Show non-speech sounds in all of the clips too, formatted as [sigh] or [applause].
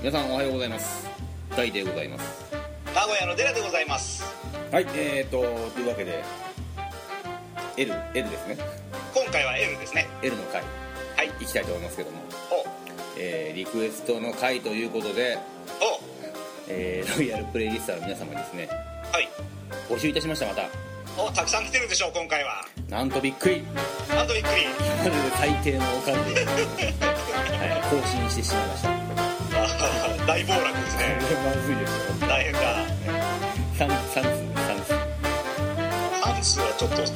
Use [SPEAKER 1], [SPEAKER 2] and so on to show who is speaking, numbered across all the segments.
[SPEAKER 1] 皆さんおはようございます大でございます
[SPEAKER 2] 名古屋の寺でございます
[SPEAKER 1] はいえーとというわけで L, L ですね
[SPEAKER 2] 今回は L ですね
[SPEAKER 1] L の回
[SPEAKER 2] はい
[SPEAKER 1] 行きたいと思いますけども、
[SPEAKER 2] お
[SPEAKER 1] えーリクエストの回ということで、
[SPEAKER 2] お
[SPEAKER 1] えーロイヤルプレイリスターの皆様にですね
[SPEAKER 2] はい
[SPEAKER 1] 募集いたしましたまた
[SPEAKER 2] おたくさん来てるでしょう今回は
[SPEAKER 1] なんとびっくり
[SPEAKER 2] あとびっくり [laughs]
[SPEAKER 1] まるで最低のおかずで、はい、更新してしまいましたこ
[SPEAKER 2] あー大暴落です
[SPEAKER 1] れ
[SPEAKER 2] ね
[SPEAKER 1] まずいですよ
[SPEAKER 2] 大変だ
[SPEAKER 1] 三三通三通
[SPEAKER 2] 半数はちょっと少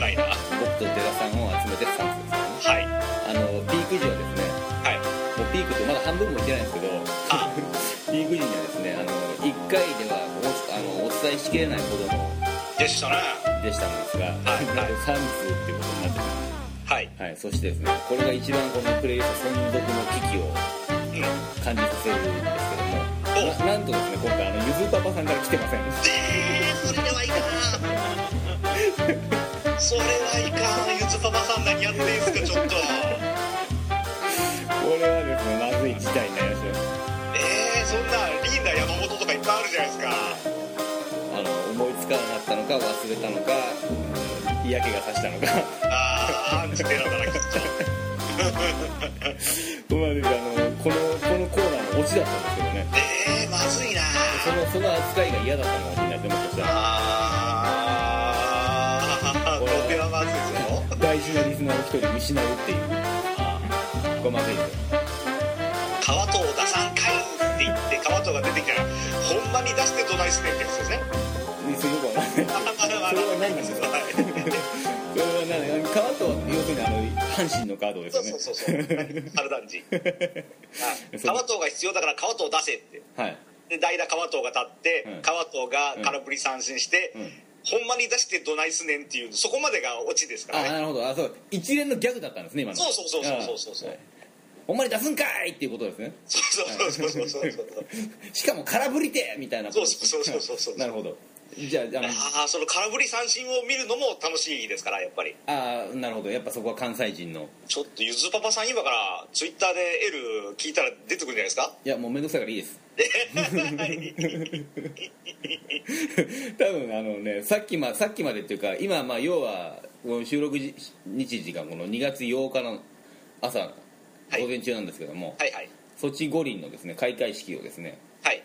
[SPEAKER 2] ないなは
[SPEAKER 1] 僕と寺さんを集めて三通ですよね
[SPEAKER 2] い
[SPEAKER 1] あのピーク時はですね
[SPEAKER 2] はい
[SPEAKER 1] もうピークってまだ半分もいってないんですけど
[SPEAKER 2] あ
[SPEAKER 1] ピーク時にはですねあの1回ではおあのお伝えしきれないほどの
[SPEAKER 2] でしたな
[SPEAKER 1] でしたんですが、 [laughs]
[SPEAKER 2] はいはい
[SPEAKER 1] 3通っていうことになってます
[SPEAKER 2] はい
[SPEAKER 1] はい、そしてですねこれが一番このプレイヤー存続の危機を
[SPEAKER 2] うん
[SPEAKER 1] 感じさせるんですけどもななんとですね今回あのゆずパパさんから来てませんでし
[SPEAKER 2] え [laughs] ー、それではいかん [laughs] それはいかんゆずパパさんだけやっていいですかちょっ
[SPEAKER 1] た
[SPEAKER 2] と
[SPEAKER 1] これはですねまずい事態になりましたよ
[SPEAKER 2] えー、そんなリーダー山本とかいっぱいあるじゃないですか
[SPEAKER 1] あの思いつかなかったのか忘れたのかうん嫌気がさした [laughs] のか
[SPEAKER 2] ああアンチテラだなきっと
[SPEAKER 1] うまいですあのこのこのコーナーのオチだったんですけどね
[SPEAKER 2] えー、まずいな
[SPEAKER 1] そのその扱いが嫌だったのがみんなでもとした
[SPEAKER 2] あー
[SPEAKER 1] これ
[SPEAKER 2] これはまずいぞ
[SPEAKER 1] 大事なリスナーを一人失うっていうこれまずいですよ
[SPEAKER 2] 川藤出さんかいって言って川藤が出てきたらほんまに出してどないすねんってやつですね
[SPEAKER 1] それよくわかんない
[SPEAKER 2] あまだ
[SPEAKER 1] それ
[SPEAKER 2] まだ
[SPEAKER 1] は何なんですかそれは何カード要するにあの阪神のカードです
[SPEAKER 2] そ
[SPEAKER 1] よね
[SPEAKER 2] うそうそうそう春団治はい川藤が必要だから川藤出せって
[SPEAKER 1] はい
[SPEAKER 2] で代打川藤が立って、
[SPEAKER 1] うん
[SPEAKER 2] 川藤が空振り三振して、
[SPEAKER 1] うん
[SPEAKER 2] ほんまに出してどないすねんっていうそこまでがオチですか
[SPEAKER 1] あ
[SPEAKER 2] らね
[SPEAKER 1] なるほどあそう一連のギャグだったんですね今の
[SPEAKER 2] そうそうそうそうそうそうそう
[SPEAKER 1] あはいほんまに出すんかいっていうことですね
[SPEAKER 2] そうそうそうそうそうそうそう
[SPEAKER 1] しかも空振りてみたいなことです
[SPEAKER 2] そうそうそうそうそう
[SPEAKER 1] なるほどじゃああの
[SPEAKER 2] ああその空振り三振を見るのも楽しいですからやっぱり
[SPEAKER 1] あーなるほどやっぱそこは関西人の
[SPEAKER 2] ちょっとゆずパパさん今からツイッターで L 聞いたら出てくるんじゃないですか
[SPEAKER 1] いやもうめんどくさいからいいです
[SPEAKER 2] [laughs]
[SPEAKER 1] 多分あのねさっき,、ま、さっきまでっていうか今まあ要はこの収録じ日時がこの2月8日の朝
[SPEAKER 2] はい
[SPEAKER 1] 午前中なんですけども、
[SPEAKER 2] はいはい
[SPEAKER 1] ソチ五輪のですね開会式をですね、
[SPEAKER 2] はい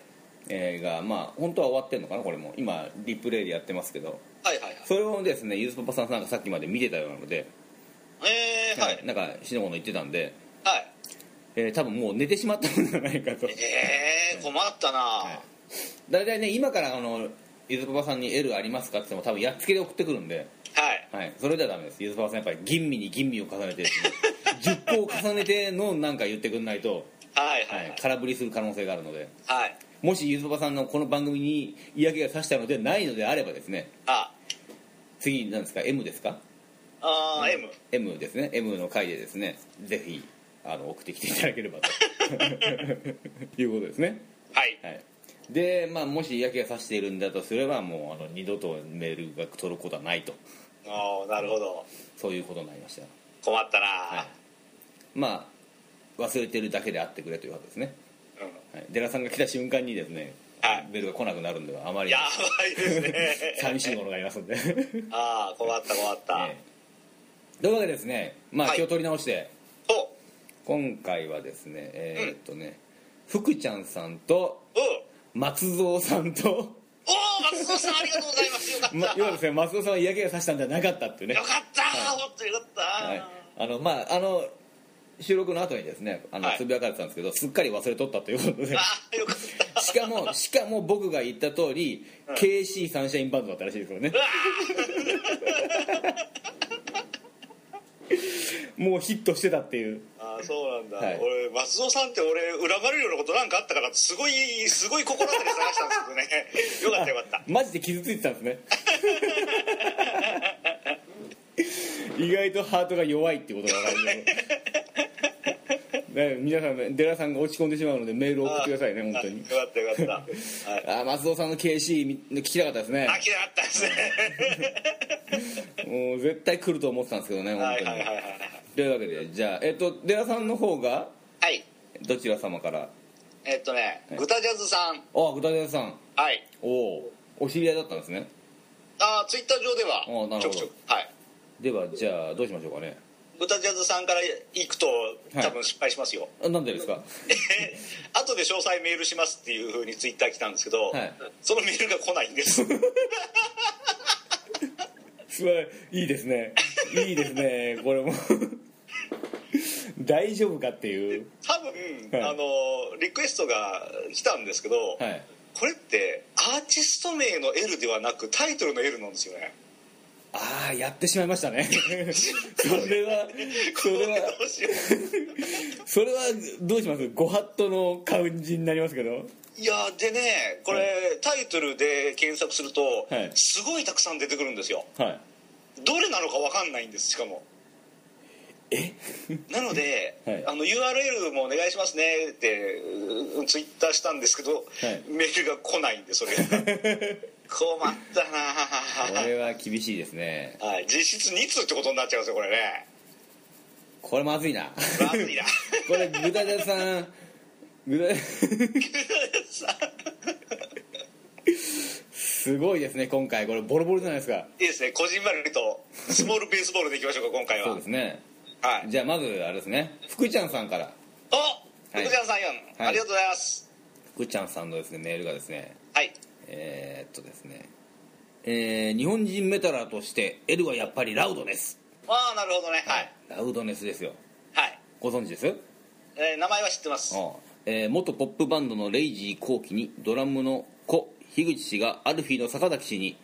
[SPEAKER 1] えーがまあ本当は終わってんのかなこれも今リプレイでやってますけど
[SPEAKER 2] はいはい
[SPEAKER 1] それをですねゆずパパさんなんかさっきまで見てたようなので、
[SPEAKER 2] はいえー、はい
[SPEAKER 1] なんかしのこの言ってたんで、
[SPEAKER 2] はい
[SPEAKER 1] えー多分もう寝てしまったんじゃないかと
[SPEAKER 2] えー、困ったな、
[SPEAKER 1] 大体ね今からあのゆずパパさんに「L ありますか?」って言っても多分やっつけで送ってくるんで、
[SPEAKER 2] はい
[SPEAKER 1] はい、それじゃダメですゆずパパさんやっぱり吟味に吟味を重ねてですね10個を重ねてのなんか言ってくんないと、
[SPEAKER 2] はいは
[SPEAKER 1] はい
[SPEAKER 2] はい
[SPEAKER 1] い、空振りする可能性があるので
[SPEAKER 2] はい
[SPEAKER 1] もしゆずパパさんのこの番組に嫌気がさしたのでないのであればですね
[SPEAKER 2] あ
[SPEAKER 1] 次なんですか M ですか
[SPEAKER 2] あー M
[SPEAKER 1] M ですね M の回でですねぜひあの送ってきていただければと [laughs] いうことですね
[SPEAKER 2] はい
[SPEAKER 1] はい、で、まあ、もし嫌気がさしているんだとすればもうあの二度とメールが取ることはないと
[SPEAKER 2] ああなるほど
[SPEAKER 1] そういうことになりました
[SPEAKER 2] 困ったな、
[SPEAKER 1] はいまあ忘れてるだけであってくれということですね、
[SPEAKER 2] うん
[SPEAKER 1] はい、寺さんが来た瞬間にですね、
[SPEAKER 2] はい
[SPEAKER 1] メールが来なくなるんではあまり
[SPEAKER 2] やばいですね
[SPEAKER 1] 寂しいものがありますんで、
[SPEAKER 2] [laughs] ああ困った困った、
[SPEAKER 1] ええというわけでですね、まあ、
[SPEAKER 2] はい
[SPEAKER 1] 気を取り直して、
[SPEAKER 2] お
[SPEAKER 1] 今回はですねえーっとね、福ちゃんさんと
[SPEAKER 2] うん
[SPEAKER 1] 松蔵さんと、
[SPEAKER 2] おお松尾さんありがとうござい [laughs] ますよかった、
[SPEAKER 1] ま、要はですね松蔵さんは嫌気がさしたんじゃなかったっていうね
[SPEAKER 2] よかった、本当よかった、
[SPEAKER 1] はい、あのまああの収録の後にですねあの、
[SPEAKER 2] はい
[SPEAKER 1] つぶやかれてたんですけどすっかり忘れとったということで
[SPEAKER 2] ああよかった
[SPEAKER 1] しかもしかも僕が言った通り、KC サンシャインバンドだったらしいですよね
[SPEAKER 2] うわ
[SPEAKER 1] もうヒットしてたっていう
[SPEAKER 2] ああそうなんだ、
[SPEAKER 1] はい
[SPEAKER 2] 俺松尾さんって俺恨まれるようなことなんかあったからすごいすごい心当たり探したんです
[SPEAKER 1] [laughs]
[SPEAKER 2] けどねよかったよかった
[SPEAKER 1] マジで傷ついてたんですね意外とハートが弱いってことが分か
[SPEAKER 2] [laughs]
[SPEAKER 1] るだから皆さんねデラさんが落ち込んでしまうのでメールを送ってくださいね本当に
[SPEAKER 2] あよかったよかった、はい、
[SPEAKER 1] あー松尾さんの KC み聞きたかったですね
[SPEAKER 2] あきなかったですね
[SPEAKER 1] もう絶対来ると思ってたんですけどね本
[SPEAKER 2] は
[SPEAKER 1] 当
[SPEAKER 2] い
[SPEAKER 1] に、
[SPEAKER 2] はいはいはいはい
[SPEAKER 1] というわけでじゃあえっと寺さんの方が
[SPEAKER 2] はい
[SPEAKER 1] どちら様から
[SPEAKER 2] えっとね
[SPEAKER 1] はい
[SPEAKER 2] グタジャズさん
[SPEAKER 1] あグタジャズさん
[SPEAKER 2] はい
[SPEAKER 1] おおお知り合いだったんですね
[SPEAKER 2] あツイッター上で
[SPEAKER 1] あな
[SPEAKER 2] は
[SPEAKER 1] るほど
[SPEAKER 2] ちょくちょくはい
[SPEAKER 1] ではじゃあどうしましょうかね
[SPEAKER 2] グタジャズさんから行くと
[SPEAKER 1] はい
[SPEAKER 2] 多分失敗しますよ、 [laughs]
[SPEAKER 1] あなんでですか
[SPEAKER 2] え後で詳細メールしますっていうふうにツイッター来たんですけど、
[SPEAKER 1] はい
[SPEAKER 2] そのメールが来ないんです
[SPEAKER 1] すごいいいですねいいですねこれも大丈夫かっていう
[SPEAKER 2] 多分、
[SPEAKER 1] はい
[SPEAKER 2] あのリクエストが来たんですけど、
[SPEAKER 1] はい
[SPEAKER 2] これってアーティスト名の L ではなくタイトルの L なんですよね
[SPEAKER 1] ああやってしまいましたねそれはそれ
[SPEAKER 2] こ
[SPEAKER 1] は
[SPEAKER 2] どうしよ
[SPEAKER 1] それはどうしますご法度の感じになりますけど
[SPEAKER 2] ういやでねこれ、
[SPEAKER 1] は
[SPEAKER 2] タイトルで検索すると、
[SPEAKER 1] はい
[SPEAKER 2] すごいたくさん出てくるんですよ
[SPEAKER 1] はい
[SPEAKER 2] どれなのか分かんないんですしかも
[SPEAKER 1] え
[SPEAKER 2] なので、
[SPEAKER 1] [laughs] はい
[SPEAKER 2] あの URL もお願いしますねってうツイッターしたんですけど、
[SPEAKER 1] い
[SPEAKER 2] メールが来ないんで
[SPEAKER 1] [laughs]
[SPEAKER 2] それが困った
[SPEAKER 1] こ
[SPEAKER 2] な
[SPEAKER 1] れは厳しいですね
[SPEAKER 2] あ、はい、実質2通ってことになっちゃうんですよこ
[SPEAKER 1] [laughs]
[SPEAKER 2] れね
[SPEAKER 1] これまずいな
[SPEAKER 2] まず [laughs] いな
[SPEAKER 1] [laughs] これグタジャズさんグタ [laughs] すごいですね今回これボロボロじゃないですか
[SPEAKER 2] いいですねこじんまりとスモールベースボールでいきましょうか今回は
[SPEAKER 1] そうですね
[SPEAKER 2] はい
[SPEAKER 1] じゃあまずあれですね福ちゃんさんから
[SPEAKER 2] お
[SPEAKER 1] はい
[SPEAKER 2] 福ちゃんさんよ、
[SPEAKER 1] はい
[SPEAKER 2] ありがとうございます
[SPEAKER 1] 福ちゃんさんのですねメールがですね
[SPEAKER 2] はい
[SPEAKER 1] えー、っとですねえー日本人メタラーとして L はやっぱりラウドネス
[SPEAKER 2] ああなるほどねはい
[SPEAKER 1] ラウドネスですよ
[SPEAKER 2] はい、
[SPEAKER 1] ご存知です
[SPEAKER 2] えー名前は知ってます
[SPEAKER 1] ああえー元ポップバンドのレイジー後期にドラムの子樋口氏がアルフィーの坂崎氏に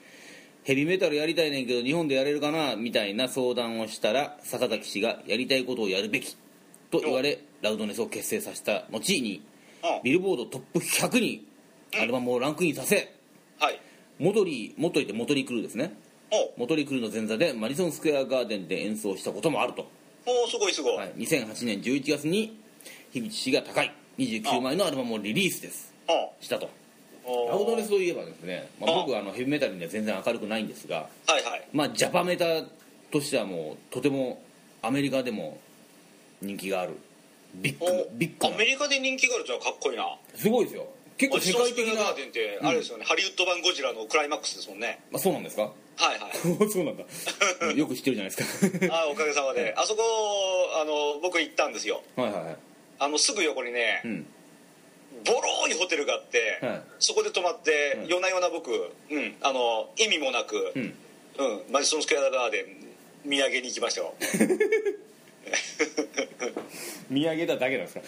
[SPEAKER 1] ヘビメタルやりたいねんけど日本でやれるかなみたいな相談をしたら坂崎氏がやりたいことをやるべきと言われラウドネスを結成させた後に
[SPEAKER 2] うん
[SPEAKER 1] ビルボードトップ100にアルバムをランクインさせ
[SPEAKER 2] はい
[SPEAKER 1] モトリーモトリーってモトリークルーですね
[SPEAKER 2] お
[SPEAKER 1] モトリークルーの前座でマリソンスクエアガーデンで演奏したこともあると
[SPEAKER 2] おーすごいすごい、
[SPEAKER 1] はい、2008年11月に樋口氏が高い29枚のアルバムをリリースです
[SPEAKER 2] う
[SPEAKER 1] したと
[SPEAKER 2] んおー
[SPEAKER 1] ラウドネスといえばですね、まあ、
[SPEAKER 2] あ
[SPEAKER 1] 僕はあのヘビメタルには全然明るくないんですが、
[SPEAKER 2] はいはい
[SPEAKER 1] まあ、ジャパメタとしてはもうとてもアメリカでも人気があるビッグ
[SPEAKER 2] お
[SPEAKER 1] ビッグ
[SPEAKER 2] アメリカで人気があるってのはかっこいいな
[SPEAKER 1] すごいですよ結構
[SPEAKER 2] マジ
[SPEAKER 1] 世
[SPEAKER 2] ソン
[SPEAKER 1] 界
[SPEAKER 2] スク
[SPEAKER 1] 的
[SPEAKER 2] エア
[SPEAKER 1] な
[SPEAKER 2] ガーデンってあれですよね、ハリウッド版ゴジラのクライマックスですもんね
[SPEAKER 1] あそうなんですか [laughs]
[SPEAKER 2] はいはい
[SPEAKER 1] そうなんだ
[SPEAKER 2] [laughs]
[SPEAKER 1] よく知ってるじゃないですか [laughs]
[SPEAKER 2] あーおかげさまであそこあの僕行ったんですよ
[SPEAKER 1] はいはいはい
[SPEAKER 2] あのすぐ横にね、
[SPEAKER 1] うん
[SPEAKER 2] ボローにホテルがあって、
[SPEAKER 1] はい
[SPEAKER 2] そこで泊まって、
[SPEAKER 1] うん
[SPEAKER 2] 夜な夜な僕、うん、あの意味もなく、
[SPEAKER 1] うん
[SPEAKER 2] うんマジソンスクエアガーデン見上げに行きましたよ
[SPEAKER 1] 見上げただけなんですか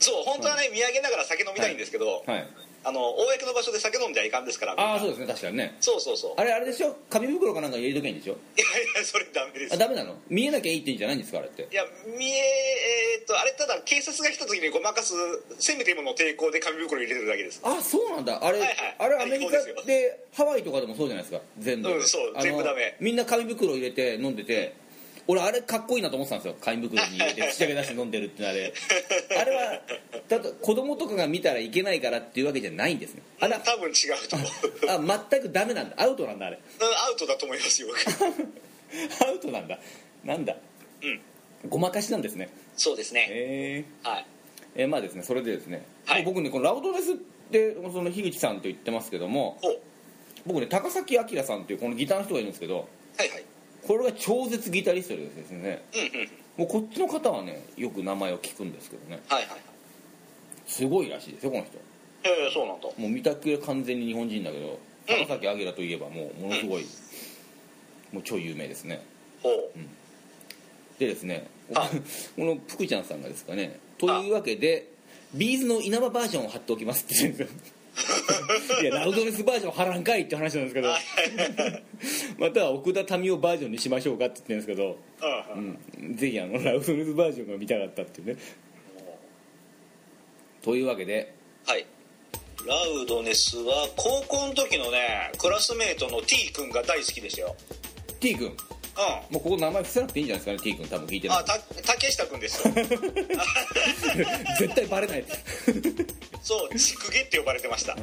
[SPEAKER 2] そう本当はね、見上げながら酒飲みたいんですけど、
[SPEAKER 1] はい
[SPEAKER 2] あの公の場所で酒飲んじゃいかんですからみんな
[SPEAKER 1] ああそうですね確かにね
[SPEAKER 2] そうそう [laughs] そう
[SPEAKER 1] あれあれでしょ紙袋かなんか入れとけんでしょ
[SPEAKER 2] いやいやそれダメです
[SPEAKER 1] あダメなの見えなきゃいいっていうんじゃないんですかあれって
[SPEAKER 2] いや見ええーっとあれただ警察が来た時にごまかすせめてもの抵抗で紙袋入れてるだけです
[SPEAKER 1] あそうなんだあれ、
[SPEAKER 2] はいはい
[SPEAKER 1] あれアメリカ
[SPEAKER 2] 最高
[SPEAKER 1] でハワイとかでもそうじゃないですか全部
[SPEAKER 2] うんそう
[SPEAKER 1] あの
[SPEAKER 2] 全部ダメ
[SPEAKER 1] みんな紙袋入れて飲んでて俺あれかっこいいなと思ってたんですよ紙袋に入
[SPEAKER 2] [laughs]
[SPEAKER 1] れて口だけ出して飲んでるってのあれあれはだと子供とかが見たらいけないからっていうわけじゃないんですねあれは
[SPEAKER 2] 多分違う
[SPEAKER 1] [laughs]
[SPEAKER 2] と思う
[SPEAKER 1] あ全くダメなんだアウトなんだあれ [laughs]
[SPEAKER 2] アウトだと思いますよ僕
[SPEAKER 1] アウトなんだなんだ
[SPEAKER 2] うん
[SPEAKER 1] ごまかしなんですね
[SPEAKER 2] そうですね
[SPEAKER 1] へ
[SPEAKER 2] はい
[SPEAKER 1] えーまあですねそれでですね、
[SPEAKER 2] はい
[SPEAKER 1] 僕ねこのラウドネスってその樋口さんと言ってますけども
[SPEAKER 2] お
[SPEAKER 1] 僕ね高崎明さんっていうこのギターの人がいるんですけど
[SPEAKER 2] はいはい
[SPEAKER 1] これが超絶ギタリストでですね
[SPEAKER 2] うんうん
[SPEAKER 1] もうこっちの方はねよく名前を聞くんですけどね
[SPEAKER 2] はいはいはい
[SPEAKER 1] すごいらしいですよこの人
[SPEAKER 2] ええそうなんだ
[SPEAKER 1] もう見た目は完全に日本人だけど
[SPEAKER 2] う
[SPEAKER 1] 高
[SPEAKER 2] ん
[SPEAKER 1] 崎明といえばもうものすごいもう超有名ですね
[SPEAKER 2] ほう
[SPEAKER 1] でですね
[SPEAKER 2] あ
[SPEAKER 1] この福ちゃんさんがですかねというわけでビーズの稲葉バージョンを貼っておきますって言うんですよいやラウドネスバージョン貼らんかいって話なんですけど [laughs] または奥田民生バージョンにしましょうかって言ってるんですけど
[SPEAKER 2] うんうん
[SPEAKER 1] うんぜひあのラウドネスバージョンが見たかったっていうねというわけで
[SPEAKER 2] はいラウドネスは高校の時のねクラスメートの T 君が大好きでしたよ
[SPEAKER 1] T 君も
[SPEAKER 2] うん
[SPEAKER 1] うここ名前伏せなくていいんじゃないですかね T 君多分聞いてな
[SPEAKER 2] あ
[SPEAKER 1] い
[SPEAKER 2] た竹下君ですよ [laughs]
[SPEAKER 1] 絶対バレない
[SPEAKER 2] そうチクゲって呼ばれてました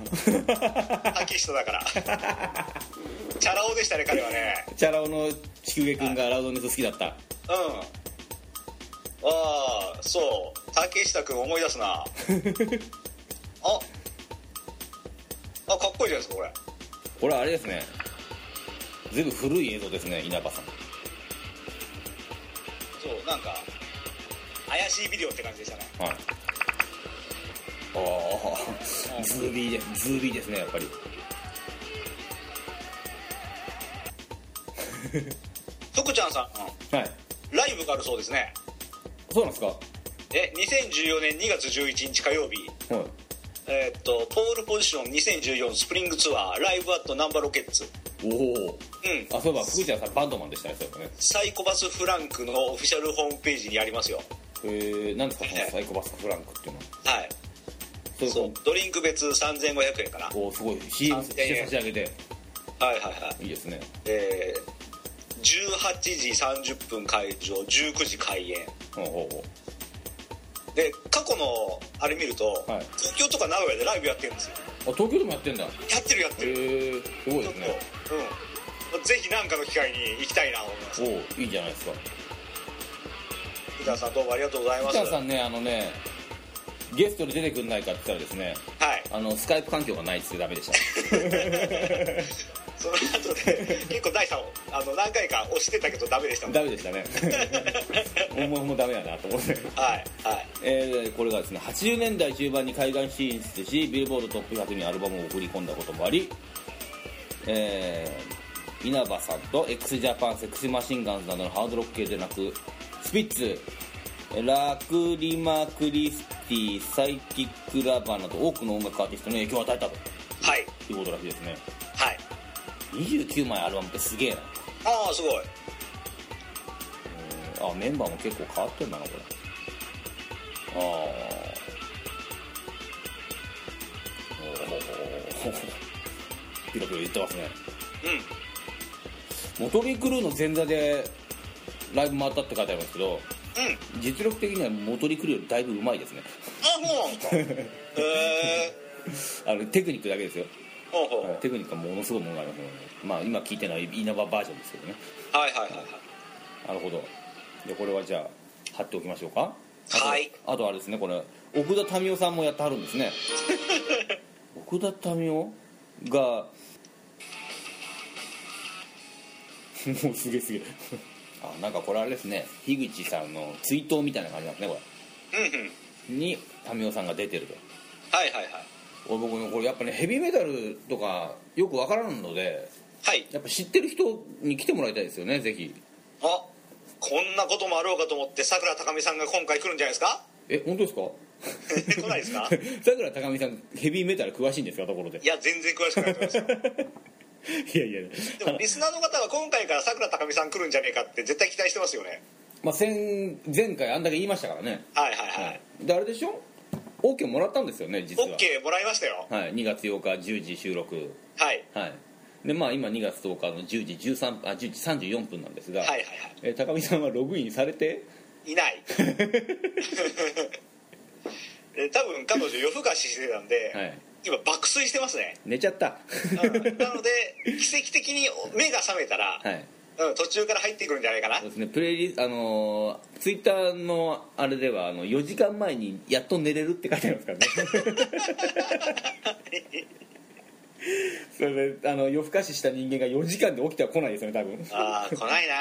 [SPEAKER 2] 竹下だ [laughs] からチャラ男でしたね彼はね
[SPEAKER 1] チャラ男の竹毛君がラウドネス好きだった
[SPEAKER 2] うん [laughs] ああそう竹下君思い出すなああかっこいいじゃないですかこれ
[SPEAKER 1] これあれですねずいぶん古い映像ですね稲葉さん
[SPEAKER 2] そうなんか怪しいビデオって感じでしたね
[SPEAKER 1] はいああズービーでズービーですねやっぱり
[SPEAKER 2] 福ちゃんさん、う
[SPEAKER 1] はい
[SPEAKER 2] ん、ライブがあるそうですね
[SPEAKER 1] そうなんですかは
[SPEAKER 2] え2014年2月11日火曜日
[SPEAKER 1] い
[SPEAKER 2] えーっとポールポジション2014スプリングツアーライブアットナンバーロケッツ
[SPEAKER 1] おお
[SPEAKER 2] うん
[SPEAKER 1] あそういえば福ちゃんさんバンドマンでしたねそういえばね
[SPEAKER 2] サイコパスフランクのオフィシャルホームページにありますよ
[SPEAKER 1] えー、なんですかこのサイコパスフランクっていうのは
[SPEAKER 2] はい
[SPEAKER 1] それ
[SPEAKER 2] そう
[SPEAKER 1] こ
[SPEAKER 2] ドリンク別3500円かな
[SPEAKER 1] おーすごい CM して差し上げて
[SPEAKER 2] はいはいはい
[SPEAKER 1] いいですね
[SPEAKER 2] えー18時30分開場19時開演
[SPEAKER 1] ほうほうほ
[SPEAKER 2] で過去のあれ見ると、
[SPEAKER 1] はい
[SPEAKER 2] 東京とか名古屋でライブやってるんですよ
[SPEAKER 1] うあ東京でもやってんだへ
[SPEAKER 2] やってるやってる、
[SPEAKER 1] えすごい
[SPEAKER 2] ちょ
[SPEAKER 1] で
[SPEAKER 2] っ
[SPEAKER 1] す
[SPEAKER 2] と、
[SPEAKER 1] ね
[SPEAKER 2] うんぜひ何かの機会に行きたいなと思います
[SPEAKER 1] おおいいじゃないですか
[SPEAKER 2] 福田さんどうもありがとうございます
[SPEAKER 1] 北さんねあのねゲストに出てくんないかって言ったらですね
[SPEAKER 2] はい
[SPEAKER 1] あのスカイプ環境がないっつってダメでした
[SPEAKER 2] その後で結構第3をあの何回か押してたけどダメでしたもん
[SPEAKER 1] ダメで
[SPEAKER 2] [laughs]
[SPEAKER 1] したねもうもうダメやなと思って、
[SPEAKER 2] はいはい
[SPEAKER 1] えーこれがですね80年代中盤に海岸進出しビルボードトップ100にアルバムを送り込んだこともあり、えー稲葉さんと x ジャパンセクシーマシンガンズなどのハードロック系でなくスピッツラクリマ・クリスティサイキック・ラバーなど多くの音楽アーティストに影響を与えたと
[SPEAKER 2] はい
[SPEAKER 1] いうことらしいですね
[SPEAKER 2] はい
[SPEAKER 1] 29枚アルバムってすげえな
[SPEAKER 2] ああすごい
[SPEAKER 1] あメンバーも結構変わってんだなこれああおおピロピロ言ってますね
[SPEAKER 2] うん
[SPEAKER 1] モトリークルーの前座でライブ回ったって書いてありますけど
[SPEAKER 2] うん
[SPEAKER 1] 実力的にはモトリークルーよりだいぶうまいですね
[SPEAKER 2] あもう
[SPEAKER 1] [laughs]
[SPEAKER 2] なんですかへえ
[SPEAKER 1] あのテクニックだけですよ
[SPEAKER 2] ほうほうほう
[SPEAKER 1] テクニックはものすごいものがありますねまあ今聞いてるのは稲葉バージョンですけどね
[SPEAKER 2] はいはいはいはい
[SPEAKER 1] なるほどでこれはじゃあ貼っておきましょうかあと
[SPEAKER 2] はい
[SPEAKER 1] あとあれですねこれ奥田民生さんもやってはるんです
[SPEAKER 2] [laughs]
[SPEAKER 1] ね奥田民生がもうすげえすげえあなんかこれあれですね樋口さんの追悼みたいな感じなんですねこ
[SPEAKER 2] うんうん
[SPEAKER 1] れに民生さんが出てると
[SPEAKER 2] はいはいはい
[SPEAKER 1] 俺僕ねこれやっぱねヘビーメタルとかよくわからんので
[SPEAKER 2] はい
[SPEAKER 1] やっぱ知ってる人に来てもらいたいですよねぜひ
[SPEAKER 2] あこんなこともあろうかと思ってさくらたかみさんが今回来るんじゃないですか
[SPEAKER 1] え本当ですか
[SPEAKER 2] 来ないですか
[SPEAKER 1] [laughs] さくら高見さんヘビーメタル詳しいんですかところで
[SPEAKER 2] いや全然詳しくないと思いますよ
[SPEAKER 1] いやいや
[SPEAKER 2] でもリスナーの方は今回からさくらたかみさん来るんじゃねえかって絶対期待してますよね
[SPEAKER 1] まあ、先前回あんだけ言いましたからね、
[SPEAKER 2] はいはいはい
[SPEAKER 1] であれでしょ OK もらったんですよね実は、
[SPEAKER 2] OK もらいましたよ
[SPEAKER 1] はい、2月8日10時収録
[SPEAKER 2] はい
[SPEAKER 1] はいでまあ今2月10日の10時13あ10時34分なんですが、
[SPEAKER 2] はいはいは
[SPEAKER 1] えー高見さんはログインされて
[SPEAKER 2] いいない [laughs] え多分彼女夜更かししてたんで、
[SPEAKER 1] はい
[SPEAKER 2] 今爆睡してますね、
[SPEAKER 1] 寝ちゃった [laughs]
[SPEAKER 2] うんなので奇跡的に目が覚めたら、
[SPEAKER 1] はい
[SPEAKER 2] うん、途中から入ってくるんじゃないかな
[SPEAKER 1] そうですねプレイリあのー、ツイッターのあれではあの4時間前にやっと寝れるって書いてありますからねそれであの夜更かしした人間が4時間で起きては来ないですよね多分
[SPEAKER 2] ああ来ない [laughs]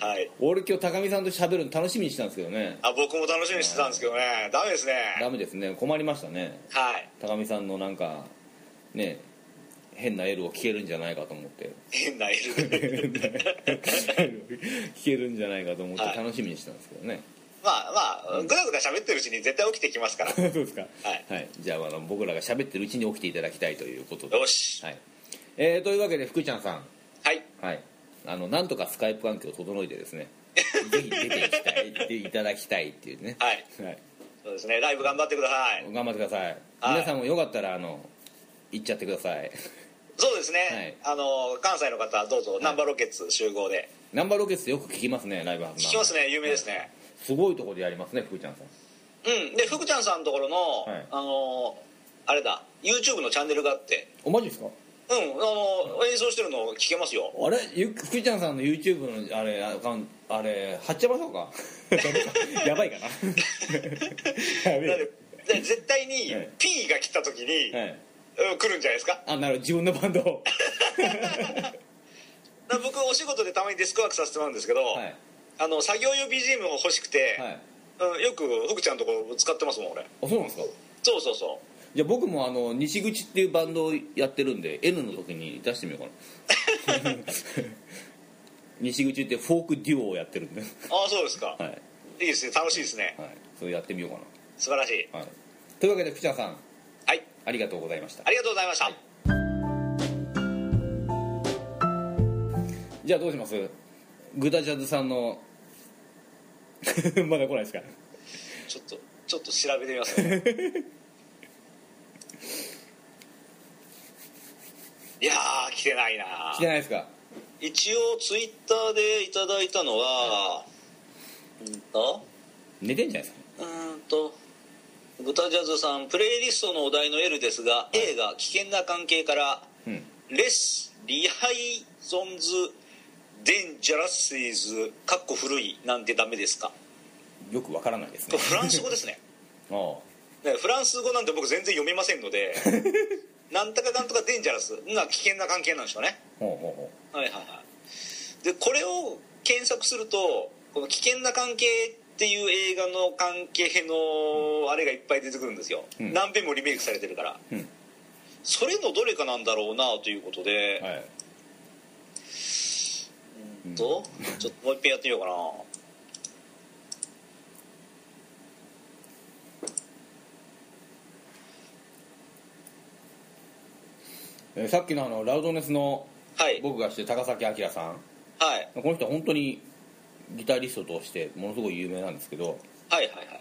[SPEAKER 2] なはい
[SPEAKER 1] 俺今日高見さんと喋るの楽しみにしてたんですけどね
[SPEAKER 2] あ僕も楽しみにしてたんですけどねダメですね
[SPEAKER 1] ダメですね困りましたね
[SPEAKER 2] はい
[SPEAKER 1] 高見さんのなんかね変なエルを聞けるんじゃないかと思って [laughs]
[SPEAKER 2] 変な L
[SPEAKER 1] 聞けるんじゃないかと思って
[SPEAKER 2] はい
[SPEAKER 1] 楽しみにしてたんですけどね、
[SPEAKER 2] まあまあぐだぐだ喋ってるうちに絶対起きてきますから
[SPEAKER 1] そうですか
[SPEAKER 2] はい
[SPEAKER 1] はい、じゃああの僕らが喋ってるうちに起きていただきたいということで
[SPEAKER 2] よし
[SPEAKER 1] はいえー、というわけで福ちゃんさん
[SPEAKER 2] はい
[SPEAKER 1] はいあのなんとかスカイプ環境を整えてです
[SPEAKER 2] [laughs]
[SPEAKER 1] ねぜひ出ていきたい出ていただきたいっていうね
[SPEAKER 2] はい
[SPEAKER 1] はい
[SPEAKER 2] そうですねライブ頑張ってください
[SPEAKER 1] 頑張ってください、
[SPEAKER 2] はい
[SPEAKER 1] 皆さんもよかったらあの行っちゃってください [laughs]
[SPEAKER 2] そうですね、あの関西の方はどうぞ、ナンバーロケッツ集合で
[SPEAKER 1] ナンバーロケッツよく聞きますねライブハウス
[SPEAKER 2] 聞きますね有名ですね、
[SPEAKER 1] すごいところでやりますね福ちゃんさん
[SPEAKER 2] うんで福ちゃんさんのところの、
[SPEAKER 1] はい
[SPEAKER 2] あのあれだ YouTube のチャンネルがあって
[SPEAKER 1] おマジですか
[SPEAKER 2] うんあの演奏してるの聞けますよ
[SPEAKER 1] あれゆ福ちゃんさんの YouTube のあれアカウン [laughs] トあれ貼っちゃいましょうかやばいかなやべ
[SPEAKER 2] だって
[SPEAKER 1] え
[SPEAKER 2] で絶対に
[SPEAKER 1] はい
[SPEAKER 2] P が来た時に、
[SPEAKER 1] はい
[SPEAKER 2] うん来るんじゃないですか
[SPEAKER 1] あなるほど自分のバンドを
[SPEAKER 2] だから僕お仕事でたまにデスクワークさせてもらうんですけど、
[SPEAKER 1] はい
[SPEAKER 2] あの作業用 BGM を欲しくて、
[SPEAKER 1] はい
[SPEAKER 2] うん、よく福ちゃんのとこ使ってますもん俺
[SPEAKER 1] あそうなんですか
[SPEAKER 2] そうそうそう
[SPEAKER 1] じゃあ僕もあの西口っていうバンドをやってるんで N の時に出してみようかな [laughs] 西口ってフォークデュオをやってるんで
[SPEAKER 2] ああそうですか、
[SPEAKER 1] はい、
[SPEAKER 2] いいですね楽しいですね
[SPEAKER 1] はい、それやってみようか
[SPEAKER 2] 素晴らしい
[SPEAKER 1] な、はい、というわけで福ちゃんさん
[SPEAKER 2] はい
[SPEAKER 1] ありがとうございました
[SPEAKER 2] ありがとうございました、
[SPEAKER 1] はいじゃあどうしますグダジャズさんの [laughs] まだ来ないですか
[SPEAKER 2] ちょっとちょっと調べてみ
[SPEAKER 1] [laughs]
[SPEAKER 2] ますねいやー来てないな
[SPEAKER 1] 来てないですか
[SPEAKER 2] 一応ツイッターでいただいたのはうんと
[SPEAKER 1] 寝てんじゃないですか
[SPEAKER 2] うーんとグタジャズさんプレイリストのお題の L ですが、A が危険な関係から
[SPEAKER 1] うん
[SPEAKER 2] レス・リハイゾンズ・デンジャラスイズかっこ古いなんてダメですか
[SPEAKER 1] よくわからないです
[SPEAKER 2] こ
[SPEAKER 1] ね
[SPEAKER 2] れフランス語ですね
[SPEAKER 1] ああ
[SPEAKER 2] ねフランス語なんて僕全然読めません
[SPEAKER 1] [laughs]
[SPEAKER 2] のでなんとかなんとかデンジャラスな危険な関係なんでしょうね
[SPEAKER 1] ほうほうほ
[SPEAKER 2] はいはいはいでこれを検索するとこの「危険な関係」っていう映画の関係のあれがいっぱい出てくるんですよ、
[SPEAKER 1] うん
[SPEAKER 2] 何遍もリメイクされてるから、
[SPEAKER 1] うん
[SPEAKER 2] それのどれかなんだろうなということで、
[SPEAKER 1] うはい
[SPEAKER 2] うんとちょっともう一遍やってみようかな
[SPEAKER 1] えーさっきのあのラウドネスの
[SPEAKER 2] はい
[SPEAKER 1] 僕がして高崎明さん
[SPEAKER 2] はい
[SPEAKER 1] この人は本当にギタリストとしてものすごい有名なんですけど
[SPEAKER 2] はいはいはい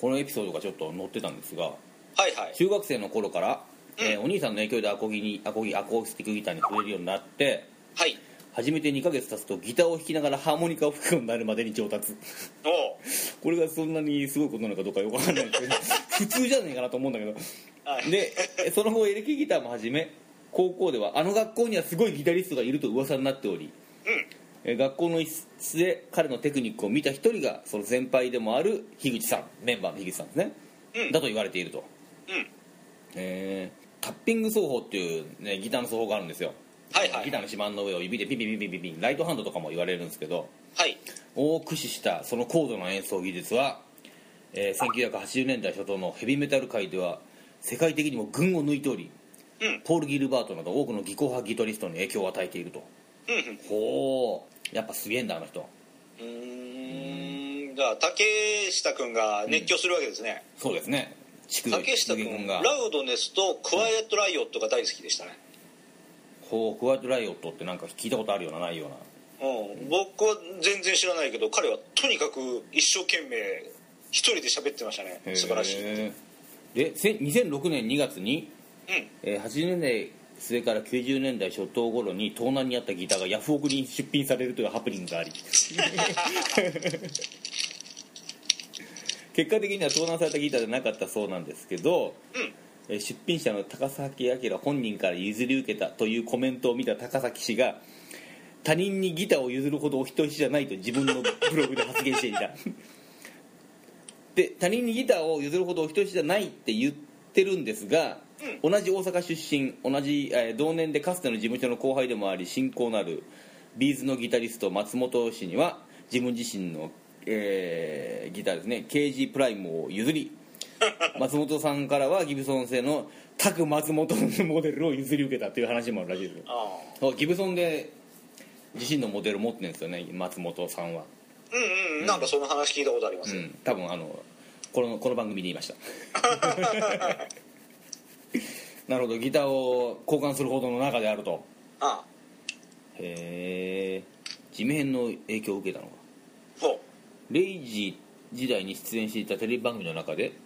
[SPEAKER 1] このエピソードがちょっと載ってたんですが
[SPEAKER 2] はいはい
[SPEAKER 1] 中学生の頃から、えーお兄さんの影響でアコギにアコギアコースティックギターに触れるようになって
[SPEAKER 2] はい
[SPEAKER 1] 初めて2ヶ月経つとギターを弾きながらハーモニカを吹くようになるまでに上達
[SPEAKER 2] おう
[SPEAKER 1] これがそんなにすごいことなのかどうかよくわかんないですけど [laughs] 普通じゃねえかなと思うんだけど
[SPEAKER 2] はい
[SPEAKER 1] でえその後エレキギターも始め高校ではあの学校にはすごいギタリストがいると噂になっており
[SPEAKER 2] うん
[SPEAKER 1] え学校の一室で彼のテクニックを見た一人がその先輩でもある樋口さんメンバーの樋口さんですね、
[SPEAKER 2] うん
[SPEAKER 1] だと言われていると、
[SPEAKER 2] うん
[SPEAKER 1] えータッピング奏法っていう、ね、ギターの奏法があるんですよ
[SPEAKER 2] はいはい
[SPEAKER 1] ギターの指板の上を指でピンピンピンピンピンピンライトハンドとかも言われるんですけど
[SPEAKER 2] はい
[SPEAKER 1] を駆使したその高度な演奏技術は、えー1980年代初頭のヘビーメタル界では世界的にも群を抜いており、
[SPEAKER 2] うん
[SPEAKER 1] ポール・ギルバートなど多くの技巧派ギタリストに影響を与えていると
[SPEAKER 2] うんうん
[SPEAKER 1] ほうやっぱすげえんだあの人
[SPEAKER 2] うーんじゃあ竹下君が熱狂するわけですね、
[SPEAKER 1] そうですね竹
[SPEAKER 2] 竹下
[SPEAKER 1] 竹
[SPEAKER 2] 君ラウドネスとクワイエットライオットが大好きでしたね、
[SPEAKER 1] ほうクワイトライオットってなんか聞いたことあるようなないような
[SPEAKER 2] うん、僕は全然知らないけど彼はとにかく一生懸命一人で喋ってましたね素晴らしい
[SPEAKER 1] へーでせん2006年2月に、
[SPEAKER 2] うん
[SPEAKER 1] えー80年代末から90年代初頭頃に盗難にあったギターがヤフオクに出品されるというハプニングがあり結果的には盗難されたギターじゃなかったそうなんですけど、えー出品者の高崎明本人から譲り受けたというコメントを見た高崎氏が他人にギターを譲るほどお人よしじゃないと自分のブログで発言していた [laughs] で他人にギターを譲るほどお人よしじゃないって言ってるんですが、同じ大阪出身同じ、えー同年でかつての事務所の後輩でもあり親交のあるビーズのギタリスト松本氏には自分自身の、えーギターですね KG プライムを譲り松本さんからはギブソン製のタク松本のモデルを譲り受けたという話もあるらしいですよ
[SPEAKER 2] あ
[SPEAKER 1] そうギブソンで自身のモデル持ってるんですよね松本さんは、
[SPEAKER 2] あうんうんなんかその話聞いたことありま
[SPEAKER 1] う
[SPEAKER 2] す、
[SPEAKER 1] ん、多分あのこのこの番組で言いましたなるほどギターを交換するほどの中であると
[SPEAKER 2] ああ
[SPEAKER 1] へえ地面の影響を受けたのか
[SPEAKER 2] ほ
[SPEAKER 1] レイジ時代に出演していたテレビ番組の中で、
[SPEAKER 2] うん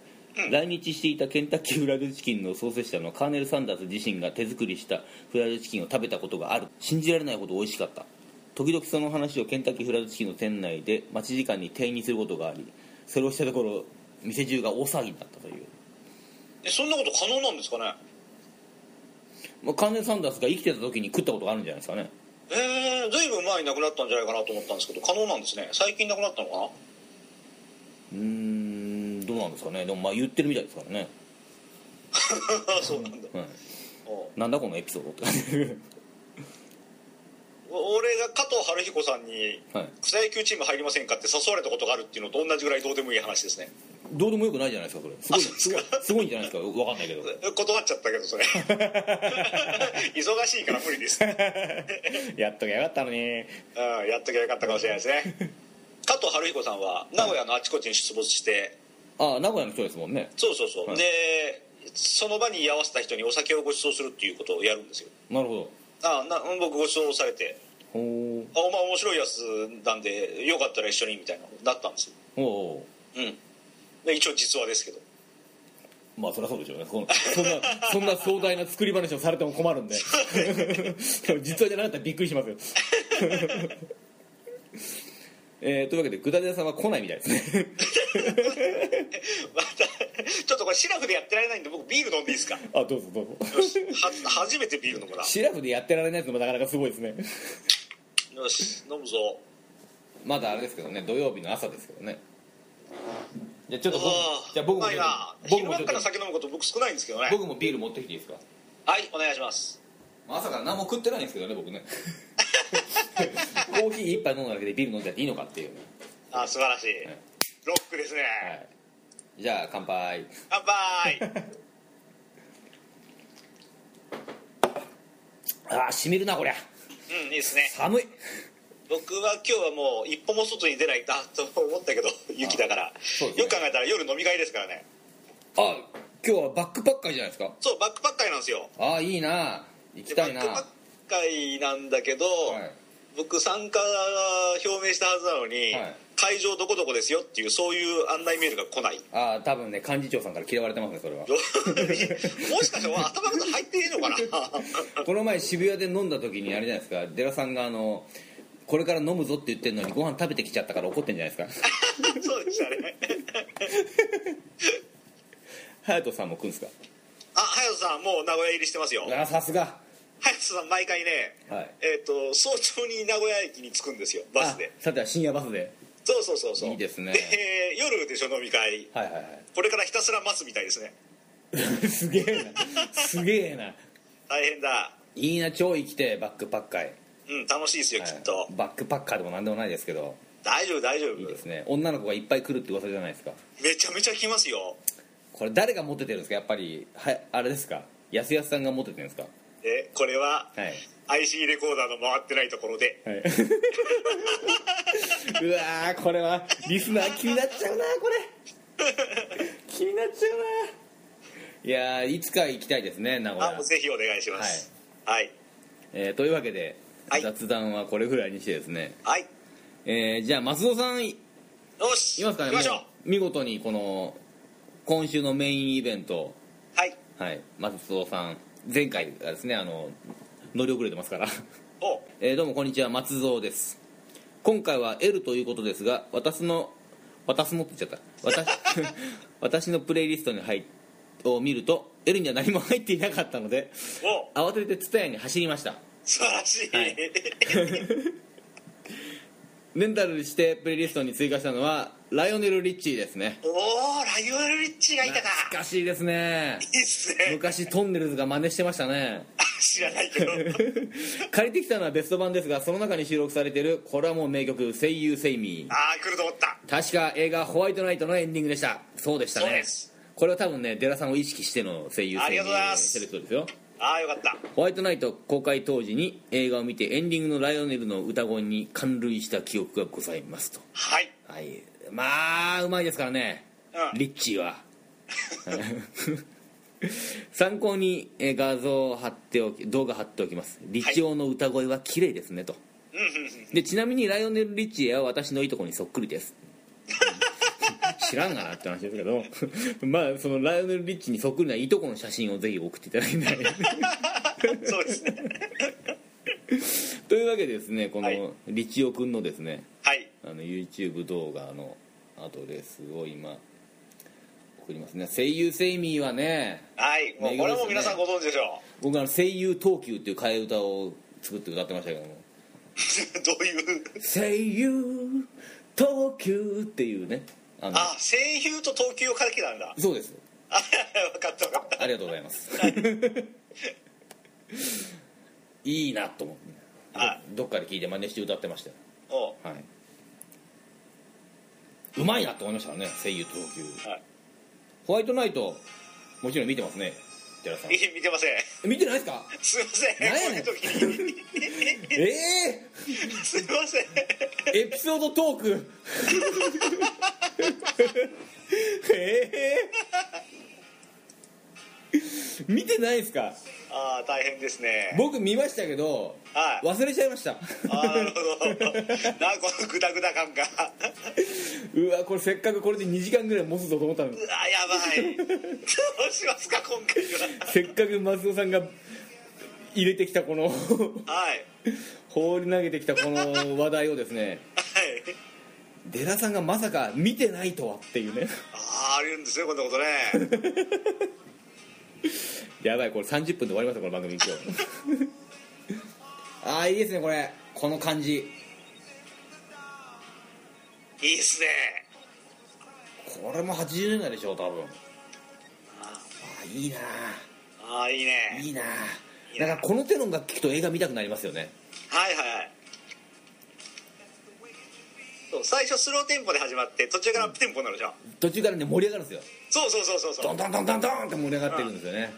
[SPEAKER 1] 来日していたケンタッキーフライドチキンの創設者のカーネル・サンダース自身が手作りしたフライドチキンを食べたことがある信じられないほど美味しかった時々その話をケンタッキーフライドチキンの店内で待ち時間に店員にすることがありそれをしたところ店中が大騒ぎになったという、
[SPEAKER 2] うえそんなこと可能なんですかね
[SPEAKER 1] まあ、カーネル・サンダースが生きてた時に食ったことがあるんじゃないですかね
[SPEAKER 2] えー、ずいぶん前に亡くなったんじゃないかなと思ったんですけど可能なんですね最近亡くなったのかな
[SPEAKER 1] うーんどうなんですかねでもまあ言ってるみたいですからね、
[SPEAKER 2] そうなんだ、 [laughs]
[SPEAKER 1] はい、
[SPEAKER 2] うん
[SPEAKER 1] なんだこのエピソードって感じ [laughs]
[SPEAKER 2] 俺が加藤晴彦さんに
[SPEAKER 1] はい
[SPEAKER 2] 草野球チーム入りませんかって誘われたことがあるっていうのと同じぐらいどうでもいい話ですね
[SPEAKER 1] どうでもよくないじゃないですかそれすごい
[SPEAKER 2] あそうですか
[SPEAKER 1] すごいすごいんじゃないですか分かんないけど
[SPEAKER 2] 断っちゃったけどそれ [laughs] 忙しいから無理です
[SPEAKER 1] やっときゃよかったのに
[SPEAKER 2] うんやっときゃよかったかもしれないですね加藤晴彦さんは名古屋のあちこちに出没して
[SPEAKER 1] ああ名古屋の人ですもんね
[SPEAKER 2] そうそうそう、
[SPEAKER 1] はい
[SPEAKER 2] でその場に居合わせた人にお酒をご馳走するっていうことをやるんですよ
[SPEAKER 1] なるほど
[SPEAKER 2] あな僕ご馳走されて
[SPEAKER 1] ほー
[SPEAKER 2] 「あお前面白いやつなんでよかったら一緒に」みたいななったんです
[SPEAKER 1] お
[SPEAKER 2] よ
[SPEAKER 1] お
[SPEAKER 2] うんで一応実話ですけど [laughs]
[SPEAKER 1] うまあそりゃそうでしょうねこのそんなそんな壮大な作り話をされても困るん [laughs] で実はじゃなかったらびっくりしますよ [laughs] えーというわけでグダデさんは来ないみたいですね
[SPEAKER 2] またちょっとこれシラフでやってられないんで僕ビール飲んでいいですかは
[SPEAKER 1] あどうぞどうぞ
[SPEAKER 2] 初めてビール飲むな
[SPEAKER 1] シラフでやってられないってのもなかなかすごいですね
[SPEAKER 2] よし飲むぞ
[SPEAKER 1] まだあれですけどね土曜日の朝ですけどねじゃあちょっと僕
[SPEAKER 2] あー
[SPEAKER 1] じゃあ僕
[SPEAKER 2] う
[SPEAKER 1] も
[SPEAKER 2] ま
[SPEAKER 1] ち
[SPEAKER 2] い
[SPEAKER 1] ょっと僕もちょ
[SPEAKER 2] な昼間
[SPEAKER 1] っ
[SPEAKER 2] から
[SPEAKER 1] と
[SPEAKER 2] 酒飲むこと僕少ないんですけどね
[SPEAKER 1] 僕もビール持ってきていいですか
[SPEAKER 2] はいお願いします
[SPEAKER 1] 朝から何も食ってないんですけどね僕ね [laughs] コーヒー一杯飲んだだけでビール飲んじゃっていいのかっていう、
[SPEAKER 2] あ素晴らしい、
[SPEAKER 1] はい
[SPEAKER 2] ロックですね、
[SPEAKER 1] はい、じゃあ乾杯 [laughs]
[SPEAKER 2] 乾杯
[SPEAKER 1] ああしみるなこりゃ
[SPEAKER 2] うんいいですね
[SPEAKER 1] 寒い
[SPEAKER 2] 僕は今日はもう一歩も外に出ないなと思ったけど雪だから、
[SPEAKER 1] そうですね
[SPEAKER 2] よく考えたら夜飲み会ですからね
[SPEAKER 1] あ今日はバックパッカーじゃないですか
[SPEAKER 2] そうバックパッカーなんですよ
[SPEAKER 1] ああいいな行きたいな
[SPEAKER 2] でバックパッカーなんだけど、
[SPEAKER 1] はい
[SPEAKER 2] 僕参加表明したはずなのに、
[SPEAKER 1] はい
[SPEAKER 2] 会場どこどこですよっていうそういう案内メールが来ない
[SPEAKER 1] ああ多分ね幹事長さんから嫌われてますねそれ
[SPEAKER 2] [laughs]
[SPEAKER 1] は
[SPEAKER 2] もしかしたら頭の中入ってねえ
[SPEAKER 1] [laughs]
[SPEAKER 2] のかな
[SPEAKER 1] この前渋谷で飲んだ時にあれじゃないですかデラさんがあのこれから飲むぞって言ってるのにご飯食べてきちゃったから怒ってんじゃないですか
[SPEAKER 2] そうでしたね
[SPEAKER 1] 隼人さんも来るんですか
[SPEAKER 2] あ隼人さんもう名古屋入りしてますよ
[SPEAKER 1] あさすが
[SPEAKER 2] 隼人さん毎回ね、
[SPEAKER 1] はい
[SPEAKER 2] えっ、と早朝に名古屋駅に着くんですよバスで
[SPEAKER 1] あさては深夜バスで
[SPEAKER 2] そうそうそうそう
[SPEAKER 1] いいですね
[SPEAKER 2] で夜でしょ飲み会
[SPEAKER 1] はいはいは
[SPEAKER 2] これからひたすら待つみたいですね
[SPEAKER 1] い [laughs] すげえなすげえな
[SPEAKER 2] 大変だ
[SPEAKER 1] いいな超生きてバックパッカーへ、
[SPEAKER 2] うん楽しいですよ、
[SPEAKER 1] はい
[SPEAKER 2] きっと
[SPEAKER 1] バックパッカーでも何でもないですけど
[SPEAKER 2] 大丈夫大丈夫
[SPEAKER 1] いいですね女の子がいっぱい来るって噂じゃないですか
[SPEAKER 2] めちゃめちゃ来ますよ
[SPEAKER 1] これ誰がモテてるんですかやっぱりはいあれですかやすやすさんがモテてるんですか
[SPEAKER 2] えこれは
[SPEAKER 1] はい
[SPEAKER 2] IC レコーダーの回ってないところで
[SPEAKER 1] はい [laughs] うわーこれはリスナー気になっちゃうなこれ気になっちゃうないやーいつか行きたいですね名古
[SPEAKER 2] あ
[SPEAKER 1] 屋
[SPEAKER 2] もう、ぜひお願いしますはい
[SPEAKER 1] えーというわけで、
[SPEAKER 2] はい
[SPEAKER 1] 雑談はこれぐらいにしてですね、
[SPEAKER 2] はい、
[SPEAKER 1] えーじゃあ松戸さんい
[SPEAKER 2] よし
[SPEAKER 1] いますかね
[SPEAKER 2] 行きましょう
[SPEAKER 1] もう見事にこの今週のメインイベント
[SPEAKER 2] はい
[SPEAKER 1] はい松戸さん前回がですねあの乗り遅れてますから [laughs]
[SPEAKER 2] お
[SPEAKER 1] えーどうもこんにちは松蔵です今回は L ということですが私の私のって言っちゃった
[SPEAKER 2] [laughs]
[SPEAKER 1] 私私のプレイリストに入っを見ると L には何も入っていなかったので
[SPEAKER 2] お
[SPEAKER 1] 慌てて蔦屋に走りました
[SPEAKER 2] 素晴らしい、
[SPEAKER 1] はいレンタルしてプレイリストに追加したのはライオネル・リッチーですね
[SPEAKER 2] おおライオネル・リッチーがいたか
[SPEAKER 1] 懐かしいですね
[SPEAKER 2] いいっすね
[SPEAKER 1] 昔トンネルズが真似してましたね
[SPEAKER 2] 知らないけど
[SPEAKER 1] 借りてきたのはベスト版ですがその中に収録されているこれはもう名曲「声優セイミー」
[SPEAKER 2] ああ来ると思った
[SPEAKER 1] 確か映画「ホワイトナイト」のエンディングでしたそうでしたね
[SPEAKER 2] そうです
[SPEAKER 1] これは多分ねデラさんを意識しての声優
[SPEAKER 2] あ
[SPEAKER 1] 声
[SPEAKER 2] りがとうございます
[SPEAKER 1] セレクトですよ
[SPEAKER 2] ああよかった
[SPEAKER 1] ホワイトナイト公開当時に映画を見てエンディングのライオネルの歌声に感涙した記憶がございますと
[SPEAKER 2] はい
[SPEAKER 1] はいまあうまいですからね
[SPEAKER 2] うん [laughs]
[SPEAKER 1] リッチーは [laughs] 参考にえー画像を貼っておき動画貼っておきますリッチ王の歌声は綺麗ですねと、
[SPEAKER 2] うんうんうん
[SPEAKER 1] でちなみにライオネル・リッチーは私のいとこにそっくりです [laughs] 知らんがなって話ですけど [laughs] まあそのライオネル・リッチーにそっくりないとこの写真をぜひ送っていただ
[SPEAKER 2] [laughs]
[SPEAKER 1] きたい [laughs]
[SPEAKER 2] そうですね
[SPEAKER 1] というわけでですねこ
[SPEAKER 2] はい
[SPEAKER 1] のリチオくんのですね
[SPEAKER 2] はい
[SPEAKER 1] あの YouTube 動画のアドレスを今送りますね声優セイミーはね
[SPEAKER 2] はいもうこれはもう皆さんご存知でしょ
[SPEAKER 1] 僕あの声優東急っていう替え歌を作って歌ってましたけども
[SPEAKER 2] う [laughs] どういう
[SPEAKER 1] 声優東急っていうねあの
[SPEAKER 2] あ声優と投球をかけたんだ [laughs]
[SPEAKER 1] そうです
[SPEAKER 2] あ分かった分かった
[SPEAKER 1] ありがとうございますいいなと思って
[SPEAKER 2] は
[SPEAKER 1] どどっかで聞いて真似して歌ってましたよ
[SPEAKER 2] おう
[SPEAKER 1] はいうまいなと思いましたからね声優と投球
[SPEAKER 2] はい
[SPEAKER 1] ホワイトナイトもちろん見てますね寺さ
[SPEAKER 2] いい見てません
[SPEAKER 1] ん見てないですか
[SPEAKER 2] すいません
[SPEAKER 1] なんやねん
[SPEAKER 2] こういう時に [laughs]
[SPEAKER 1] ええ
[SPEAKER 2] すいません
[SPEAKER 1] エピソードトークええ見てないんすか
[SPEAKER 2] ああ大変ですね
[SPEAKER 1] 僕見ましたけど
[SPEAKER 2] はい
[SPEAKER 1] 忘れちゃいました
[SPEAKER 2] ああなるほどなこのグダグダ感が
[SPEAKER 1] うわこれせっかくこれで2時間ぐらい持つぞと思ったのに
[SPEAKER 2] うわやばいどうしますか今回
[SPEAKER 1] せっかく松尾さんが入れてきたこの
[SPEAKER 2] ははい
[SPEAKER 1] 放り投げてきたこの話題をですね
[SPEAKER 2] はい
[SPEAKER 1] デラさんがまさか見てないとはっていうね
[SPEAKER 2] あああるんですねこんなことね
[SPEAKER 1] やばいこれ30分で終わりますよこの番組今日 [laughs] ああいいですねこれこの感じ
[SPEAKER 2] いいっすね
[SPEAKER 1] これも80年代でしょ多分
[SPEAKER 2] あ
[SPEAKER 1] あいいな
[SPEAKER 2] あーいいね
[SPEAKER 1] いいない
[SPEAKER 2] い
[SPEAKER 1] な
[SPEAKER 2] なん
[SPEAKER 1] かこの手の音楽聴くと映画見たくなりますよね
[SPEAKER 2] はいはいはいそう最初スローテンポで始まって途中からアップテンポになるじゃん
[SPEAKER 1] 途中からね盛り上がるんですよ
[SPEAKER 2] そうそうそうそうそ
[SPEAKER 1] ド
[SPEAKER 2] う
[SPEAKER 1] ンドンドンドンドンって盛り上がってるんですよね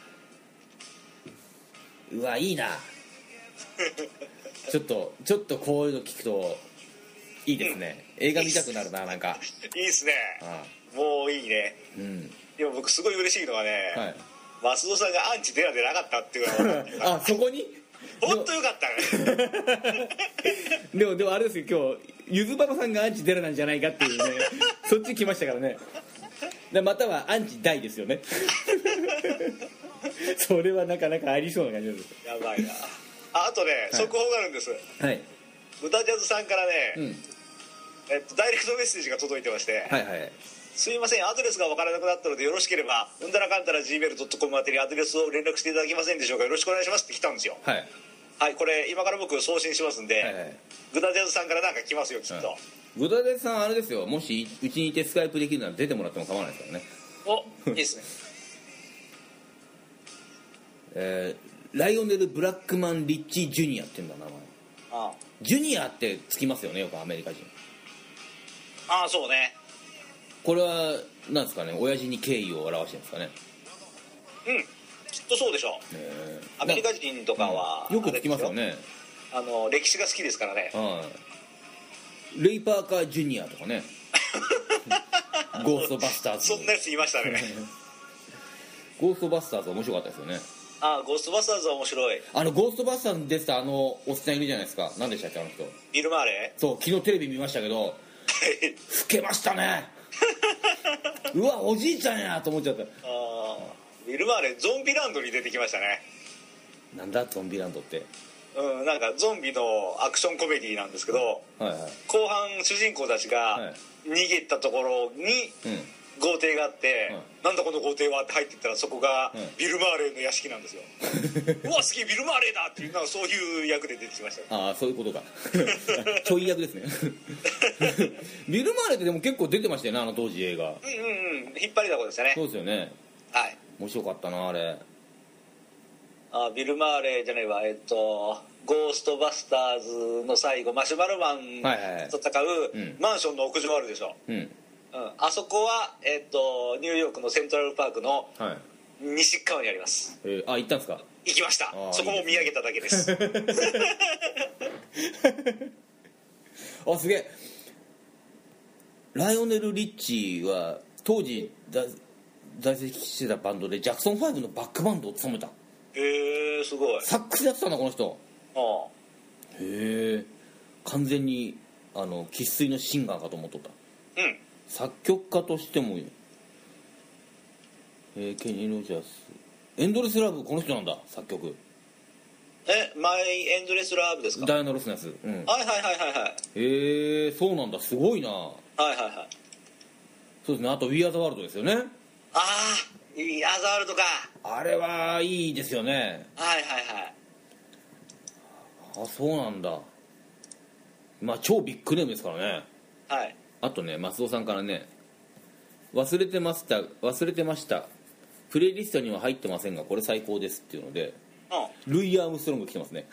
[SPEAKER 1] うわ [laughs] いいなちょっとちょっとこういうの聞くといいですね映画見たくなるななんか
[SPEAKER 2] いいっすね
[SPEAKER 1] あ
[SPEAKER 2] もういいね
[SPEAKER 1] ーうん
[SPEAKER 2] でも僕すごい嬉しいのはね、
[SPEAKER 1] はい
[SPEAKER 2] 松戸さんがアンチ出らでなかったっていうのは
[SPEAKER 1] あそこに
[SPEAKER 2] 本当よかったね
[SPEAKER 1] でもで [laughs] もあれですよ今日ゆずばばさんがアンチデラなんじゃないかっていうねそっち来ましたからねでまたはアンチ大ですよね [laughs] それはなかなかありそうな感じです
[SPEAKER 2] やばいなああとね速報があるんです、
[SPEAKER 1] はい、
[SPEAKER 2] 豚ジャズさんからね、
[SPEAKER 1] うん、
[SPEAKER 2] えっと、ダイレクトメッセージが届いてまして、
[SPEAKER 1] はいはい
[SPEAKER 2] すいませんアドレスが分からなくなったのでよろしければうんだらかんだら gmail.com 宛てにアドレスを連絡していただけませんでしょうかよろしくお願いしますって来たんですよ
[SPEAKER 1] はい
[SPEAKER 2] はいこれ今から僕送信しますんで、
[SPEAKER 1] はいはい
[SPEAKER 2] グダジャズさんからなんか来ますよきっと、
[SPEAKER 1] はグダデさんあれですよもしうちにいてスカイプできるなら出てもらっても構わないですからね
[SPEAKER 2] おいいですね
[SPEAKER 1] えーライオネル・ブラックマン・リッチー・ジュニアっていうんだ名前
[SPEAKER 2] [laughs] あ
[SPEAKER 1] ジュニアってつきますよねよくアメリカ人
[SPEAKER 2] あああそうね
[SPEAKER 1] これはなんですかね親父に敬意を表してるんですかね
[SPEAKER 2] うんきっとそうでしょう
[SPEAKER 1] えー
[SPEAKER 2] アメリカ人とかは、
[SPEAKER 1] よく聞きますよね
[SPEAKER 2] あれですよあの歴史が好きですからね
[SPEAKER 1] はいレイ・パーカー・ジュニアとか
[SPEAKER 2] [laughs]
[SPEAKER 1] ねゴーストバスターズ
[SPEAKER 2] そんなやついましたね
[SPEAKER 1] ゴーストバスターズ面白かったですよね
[SPEAKER 2] ああゴーストバスターズは面白い
[SPEAKER 1] あのゴーストバスターズに出てたあのおっさんいるじゃないですか何でしたっけあの人
[SPEAKER 2] ビル・マーレ
[SPEAKER 1] そう昨日テレビ見ましたけど
[SPEAKER 2] ー
[SPEAKER 1] 老けました
[SPEAKER 2] [laughs]
[SPEAKER 1] ねうわおじいちゃんやと思っちゃった
[SPEAKER 2] あービル・マーレゾンビランドに出てきましたね
[SPEAKER 1] なんだゾンビランドって
[SPEAKER 2] うん、なんかゾンビのアクションコメディなんですけど
[SPEAKER 1] はいはい
[SPEAKER 2] 後半主人公たち
[SPEAKER 1] は
[SPEAKER 2] が
[SPEAKER 1] い
[SPEAKER 2] 逃げたところに
[SPEAKER 1] う
[SPEAKER 2] 豪邸があって、
[SPEAKER 1] はい
[SPEAKER 2] なんだこの豪邸はって入ってったらそこが
[SPEAKER 1] い
[SPEAKER 2] ビル・マーレーの屋敷なんですよ、うわすげえビル・マーレーだっていうなんかそういう役で出てきましたね
[SPEAKER 1] んああそういうことか [laughs] ちょい役ですね [laughs] ビル・マーレってでも結構出てましたよねあの当時映画
[SPEAKER 2] うんうんうん引っ張りだこでしたね
[SPEAKER 1] そうですよね
[SPEAKER 2] はい
[SPEAKER 1] 面白かったなあれ
[SPEAKER 2] あビル・マーレーじゃないわえっとゴーストバスターズの最後マシュマロマン
[SPEAKER 1] はいはいはい
[SPEAKER 2] と戦う
[SPEAKER 1] うん
[SPEAKER 2] マンションの屋上あるでしょ、
[SPEAKER 1] うん
[SPEAKER 2] うん、あそこは、えっと、ニューヨークのセントラルパークの
[SPEAKER 1] はい、
[SPEAKER 2] 西側にあります
[SPEAKER 1] えーあ行ったんですか
[SPEAKER 2] 行きまし
[SPEAKER 1] あ
[SPEAKER 2] た
[SPEAKER 1] ー
[SPEAKER 2] そこを見上げただけです
[SPEAKER 1] あすげえライオネル・リッチーは当時在在籍してたバンドでジャクソン5のバックバンドを務めた
[SPEAKER 2] へえー、すごい
[SPEAKER 1] サックスやってたんだこの人
[SPEAKER 2] あ
[SPEAKER 1] へえ完全にあの生粋のシンガーかと思っとった
[SPEAKER 2] ーうん
[SPEAKER 1] 作曲家としてもえー、ケニー・ロジャースエンドレス・ラブこの人なんだ作曲
[SPEAKER 2] えマイエンドレスラブですか
[SPEAKER 1] ダイアナ・ロスのやつうん
[SPEAKER 2] はいはいはいはいはい
[SPEAKER 1] へえそうなんだすごいな
[SPEAKER 2] はいはいはい
[SPEAKER 1] そうですねあと「We Are the World」ですよね
[SPEAKER 2] ああいアザワールドか
[SPEAKER 1] あれはいいですよね
[SPEAKER 2] はいはいはい
[SPEAKER 1] あそうなんだまあ超ビッグネームですからね
[SPEAKER 2] はい
[SPEAKER 1] あとね松尾さんからね忘れてました忘れてましたプレイリストには入ってませんがこれ最高ですっていうので
[SPEAKER 2] うんう
[SPEAKER 1] ルイ・アームストロング来てますね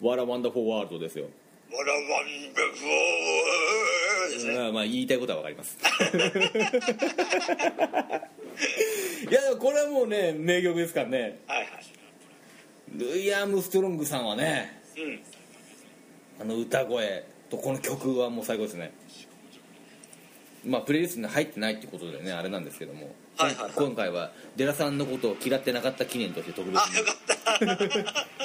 [SPEAKER 2] お
[SPEAKER 1] 「
[SPEAKER 2] ー
[SPEAKER 1] わらワンダフォーワールド」ですよ、
[SPEAKER 2] わらわんべふーですね
[SPEAKER 1] まあまあ言い [laughs] たいことはわかりますいやでもこれはもうね名曲ですからね
[SPEAKER 2] はいはい
[SPEAKER 1] ルイ・アームストロングさんはね
[SPEAKER 2] うん
[SPEAKER 1] あの歌声とこの曲はもう最高ですねまあプレイリストに入ってないってことでねあれなんですけども、
[SPEAKER 2] はいはいはい
[SPEAKER 1] 今回はデラさんのことを嫌ってなかった記念として特別
[SPEAKER 2] あ
[SPEAKER 1] に
[SPEAKER 2] よかった
[SPEAKER 1] [laughs]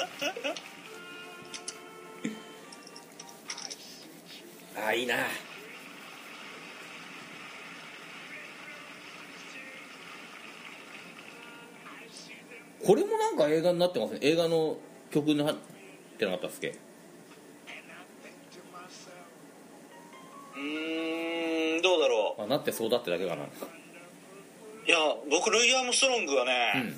[SPEAKER 1] ああいいなこれもなんか映画になってますね映画の曲になってなかったっすっけ
[SPEAKER 2] うーんどうだろ
[SPEAKER 1] あなってそうだってだけかな
[SPEAKER 2] ういや僕ルイ・アームストロングはね、
[SPEAKER 1] うん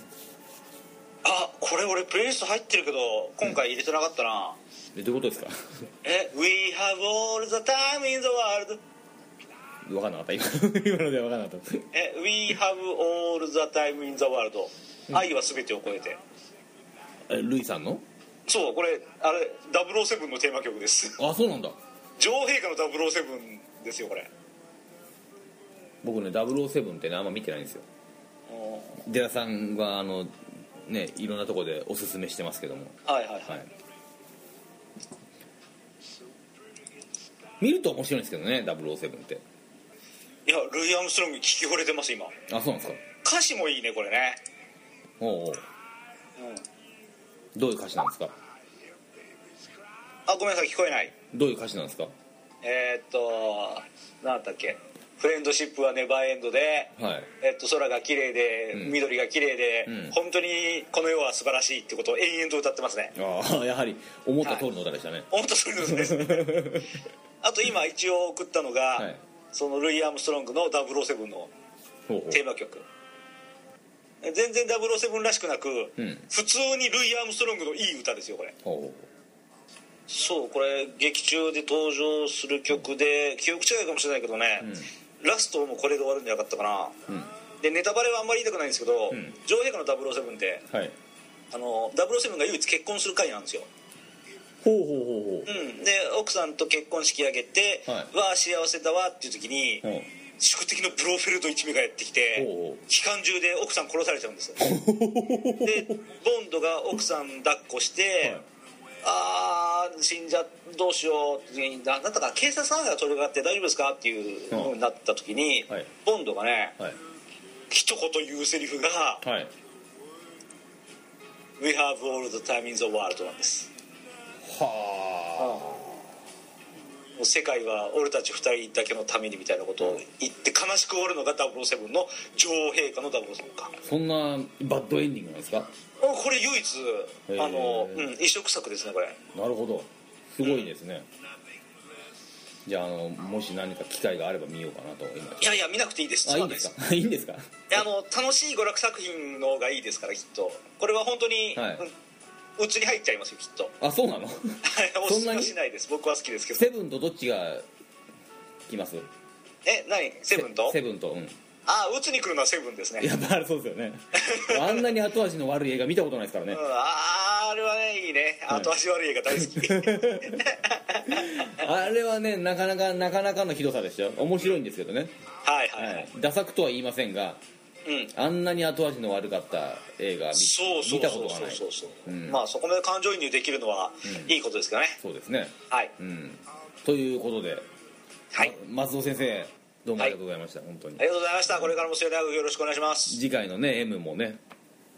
[SPEAKER 2] あこれ俺プレイリスト入ってるけど今回入れてなかったな、
[SPEAKER 1] えどういうことですか [laughs]
[SPEAKER 2] え We have all the time in the world
[SPEAKER 1] 分かんなかった今 [laughs] 今のでは分かんなかった
[SPEAKER 2] え We have all the time in the world 愛は全てを超えて
[SPEAKER 1] えルイさんの
[SPEAKER 2] そうこれあれ007のテーマ曲です [laughs]
[SPEAKER 1] あそうなんだ
[SPEAKER 2] 女王陛下の007ですよこれ
[SPEAKER 1] 僕ね007ってねあんま見てないんですよデラさんがあのねいろんなとこでおすすめしてますけども
[SPEAKER 2] はいはいはい、
[SPEAKER 1] はい見ると面白いんですけどね007って
[SPEAKER 2] いやルイ・アームストロングに聞き惚れてます今
[SPEAKER 1] あそうなんですか
[SPEAKER 2] 歌詞もいいねこれね
[SPEAKER 1] おうおうどういう歌詞なんですか
[SPEAKER 2] あごめんなさい聞こえない
[SPEAKER 1] どういう歌詞なんですか
[SPEAKER 2] えー、っとなんだっけフレンドシップはネバーエンドで
[SPEAKER 1] はい
[SPEAKER 2] えっと、空が綺麗で、
[SPEAKER 1] うん
[SPEAKER 2] 緑が綺麗で、
[SPEAKER 1] うん
[SPEAKER 2] 本当にこの世は素晴らしいってことを延々と歌ってますね
[SPEAKER 1] ああやはり思った通りの歌でした [laughs] ね、
[SPEAKER 2] 本当そういうことですねあと今一応送ったのが、
[SPEAKER 1] はい
[SPEAKER 2] そのルイ・アームストロングの007の
[SPEAKER 1] ほうほう
[SPEAKER 2] テーマ曲全然007らしくなく、
[SPEAKER 1] うん
[SPEAKER 2] 普通にルイ・アームストロングのいい歌ですよこれ
[SPEAKER 1] ほうほ
[SPEAKER 2] そうこれ劇中で登場する曲で記憶違いかもしれないけどね、ラストもこれで終わるんじゃなかったかな
[SPEAKER 1] ううん
[SPEAKER 2] でネタバレはあんまり言いたくないんですけど、
[SPEAKER 1] うん
[SPEAKER 2] 女王陛下の007って
[SPEAKER 1] はい
[SPEAKER 2] あの007が唯一結婚する会なんですよ、
[SPEAKER 1] ほうほうほう
[SPEAKER 2] うん、で奥さんと結婚式挙げて「
[SPEAKER 1] は
[SPEAKER 2] わあ幸せだわ」っていう時に、
[SPEAKER 1] ほう
[SPEAKER 2] 宿敵のブローフェルド一味がやってきて、
[SPEAKER 1] ほうほう
[SPEAKER 2] 機関銃で奥さん殺されちゃうんです
[SPEAKER 1] [laughs]
[SPEAKER 2] よでボンドが奥さん抱っこして、ああー死んじゃどうしようって時にななんだか警察官が取り掛かって大丈夫ですかっていうふうになった時に、
[SPEAKER 1] はい
[SPEAKER 2] ボンドがね
[SPEAKER 1] はい
[SPEAKER 2] 一言言うセリフが
[SPEAKER 1] はい
[SPEAKER 2] 「We have all the time in the world」なんです
[SPEAKER 1] は
[SPEAKER 2] もう世界は俺たち二人だけのためにみたいなことを言って悲しく終わるのが007の女王陛下の007か
[SPEAKER 1] あそんなバッドエンディングなんですか
[SPEAKER 2] もうこれ唯一
[SPEAKER 1] へー
[SPEAKER 2] あの、うん、移植作ですねこれ
[SPEAKER 1] なるほどすごいですね、じゃああのもし何か機会があれば見ようかなと今
[SPEAKER 2] いやいや見なくていいです
[SPEAKER 1] あ
[SPEAKER 2] つ
[SPEAKER 1] いい
[SPEAKER 2] ま
[SPEAKER 1] ん
[SPEAKER 2] ん
[SPEAKER 1] で
[SPEAKER 2] ないです
[SPEAKER 1] すかいいんですか
[SPEAKER 2] いやあの楽しい娯楽作品の方がいいですからきっとこれは本当に、
[SPEAKER 1] はい
[SPEAKER 2] うんうちに入っちゃいますよきっと [laughs]
[SPEAKER 1] あそうなの
[SPEAKER 2] お
[SPEAKER 1] そ
[SPEAKER 2] す
[SPEAKER 1] ん
[SPEAKER 2] す
[SPEAKER 1] な
[SPEAKER 2] め
[SPEAKER 1] に
[SPEAKER 2] はしないです僕は好きですけど
[SPEAKER 1] セブンとどっちが来ます
[SPEAKER 2] え何セブンと
[SPEAKER 1] セブンとうん
[SPEAKER 2] ああうちに来るのはセブンですね
[SPEAKER 1] やっぱりそうですよね [laughs] あんなに後味の悪い映画見たことないですからね
[SPEAKER 2] うん、あーあれはねいいね
[SPEAKER 1] はい
[SPEAKER 2] 後味悪い映画大好
[SPEAKER 1] [laughs]
[SPEAKER 2] き
[SPEAKER 1] あれ [laughs] はねなかなかなかなかのひどさでしたよ面白いんですけどね、
[SPEAKER 2] はいはい、
[SPEAKER 1] は
[SPEAKER 2] はい
[SPEAKER 1] い、ダサくとは言いませんが
[SPEAKER 2] うん、
[SPEAKER 1] あんなに後味の悪かった映画見
[SPEAKER 2] そうそう
[SPEAKER 1] 見た
[SPEAKER 2] そ
[SPEAKER 1] こ
[SPEAKER 2] う
[SPEAKER 1] とが
[SPEAKER 2] そう
[SPEAKER 1] ない
[SPEAKER 2] そ
[SPEAKER 1] そう
[SPEAKER 2] そう、
[SPEAKER 1] うん
[SPEAKER 2] まあそこまで感情移入できるのは
[SPEAKER 1] うん
[SPEAKER 2] いいことですけどね、
[SPEAKER 1] うですね
[SPEAKER 2] はい
[SPEAKER 1] うんということで、
[SPEAKER 2] はい
[SPEAKER 1] ま松尾先生どうもありがとうございました、本当に
[SPEAKER 2] ありがとうございましたこれからも末永くよろしくお願いします
[SPEAKER 1] 次回のね M もね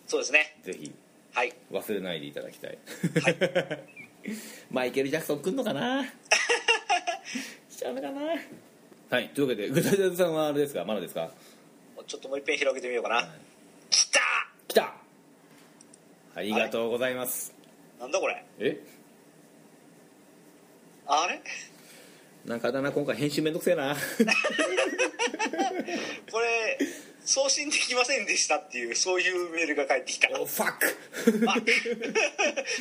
[SPEAKER 2] そうですね
[SPEAKER 1] ぜひ
[SPEAKER 2] はい
[SPEAKER 1] 忘れないでいただきたい、 [laughs] マイケル・ジャクソン来んのか
[SPEAKER 2] [laughs]
[SPEAKER 1] なしちゃうのかなはいというわけでグダジャズさんはあれですかまだですか
[SPEAKER 2] ちょっともう一遍広げてみようかな、来た
[SPEAKER 1] 来たありがとうございます
[SPEAKER 2] なんだこれ
[SPEAKER 1] え
[SPEAKER 2] あれ
[SPEAKER 1] なんかだな今回編集めんどくせえな
[SPEAKER 2] これ送信できませんでしたっていうそういうメールが返ってきた
[SPEAKER 1] おファッ [laughs]
[SPEAKER 2] あ [laughs]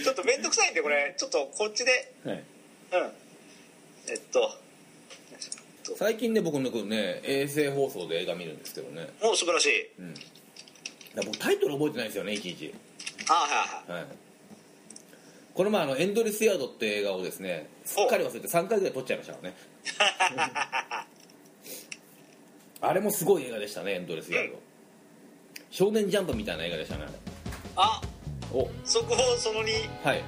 [SPEAKER 2] ちょっと面倒くさいんでこれちょっとこっちで
[SPEAKER 1] ク、はい、
[SPEAKER 2] うんえっとと
[SPEAKER 1] 最近ね僕ねこうね衛星放送で映画見るんですけどね
[SPEAKER 2] もう素晴らしい
[SPEAKER 1] だから僕タイトル覚えてないんですよねいちいち、
[SPEAKER 2] あはいはい
[SPEAKER 1] はい、この前あの「エンドレスヤード」って映画をですねすっかり忘れて3回ぐらい撮っちゃいました [laughs] からねあれもすごい映画でしたねエンドレスヤード、少年ジャンプみたいな映画でしたねあれ
[SPEAKER 2] あ
[SPEAKER 1] お
[SPEAKER 2] そこをそのに
[SPEAKER 1] はい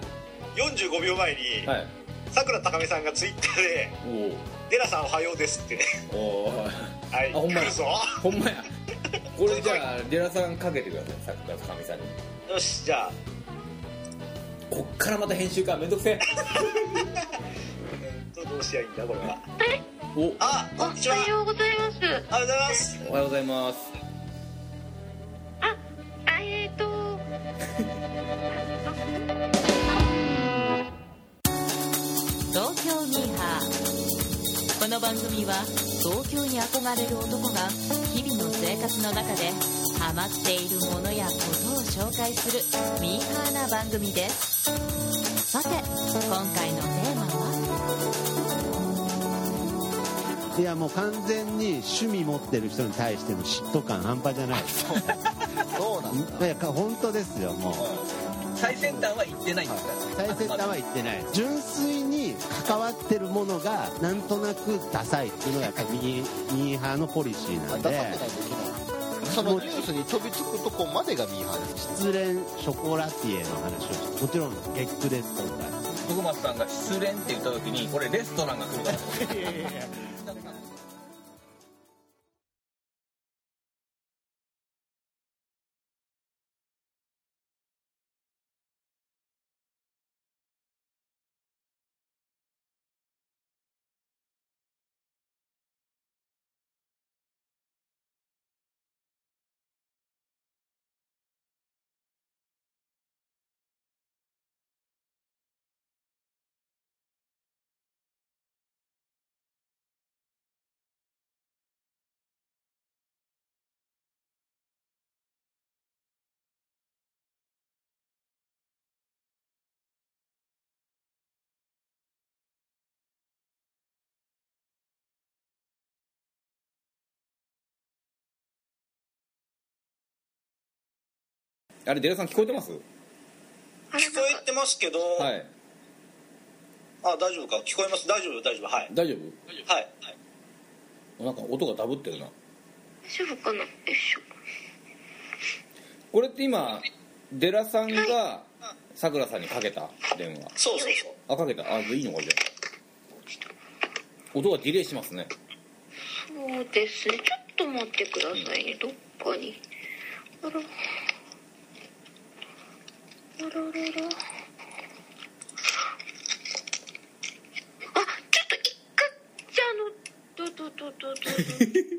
[SPEAKER 2] 45秒前に
[SPEAKER 1] はい
[SPEAKER 2] さくらたかみさんがツイッターで [laughs] 「デラさんおはようです」ってね [laughs]
[SPEAKER 1] おおお
[SPEAKER 2] 「はい
[SPEAKER 1] ほんまや
[SPEAKER 2] 来るぞ
[SPEAKER 1] ほんまやこれじゃあデラさんかけてくださいさっきからかみさんに」
[SPEAKER 2] よしじゃあ
[SPEAKER 1] こっからまた編集かめんどくせえ
[SPEAKER 2] どどうしりゃいいんだこれは
[SPEAKER 1] お
[SPEAKER 2] あ
[SPEAKER 3] お
[SPEAKER 2] こんにちは
[SPEAKER 3] はようございます。
[SPEAKER 2] ありがとうございます
[SPEAKER 1] おはようございます
[SPEAKER 3] あ、あえっ、ー、と。
[SPEAKER 4] 東京ミーハーこの番組は東京に憧れる男が日々の生活の中でハマっているものやことを紹介するミーハーな番組ですさて今回のテーマはい
[SPEAKER 5] やもう完全に趣味持ってる人に対しての嫉妬感半端
[SPEAKER 6] [laughs]
[SPEAKER 5] じゃない
[SPEAKER 6] そうなんだ
[SPEAKER 5] いやか本当ですよもう
[SPEAKER 6] 最先端は行ってないんですか
[SPEAKER 5] 最先端は言ってない純粋に関わってるものがなんとなくダサいっていうのがやっぱミーミーハーのポリシーな
[SPEAKER 6] あ
[SPEAKER 5] ん
[SPEAKER 6] 出
[SPEAKER 5] で
[SPEAKER 6] さってないといけないそのニュースに飛びつくとこまでがミーハーです
[SPEAKER 5] 失恋ショコラティエの話をしてもちろんゲックですとか
[SPEAKER 7] 徳松さんが失恋って言った時にこれレストランが来るから
[SPEAKER 1] あれデラさん聞こえてます
[SPEAKER 3] あれ
[SPEAKER 2] 聞こ
[SPEAKER 3] なん
[SPEAKER 2] えてますけど、
[SPEAKER 1] はい
[SPEAKER 2] あ大丈夫か聞こえます大丈夫大丈夫はい
[SPEAKER 1] 大丈
[SPEAKER 2] はいはい
[SPEAKER 1] 夫なんか音がダブってるな
[SPEAKER 3] 大丈夫かな。よいしょ。
[SPEAKER 1] これって今デラさんがさくらさんにかけた電話
[SPEAKER 2] そうそうそう
[SPEAKER 1] あかけたあいいのかじゃあ音がディレイしますね
[SPEAKER 3] そうですね。ちょっと待ってくださいね。どっかに。あら。あららら。あ、ちょっ
[SPEAKER 2] [laughs]
[SPEAKER 3] と一回じゃああのどどどどどど。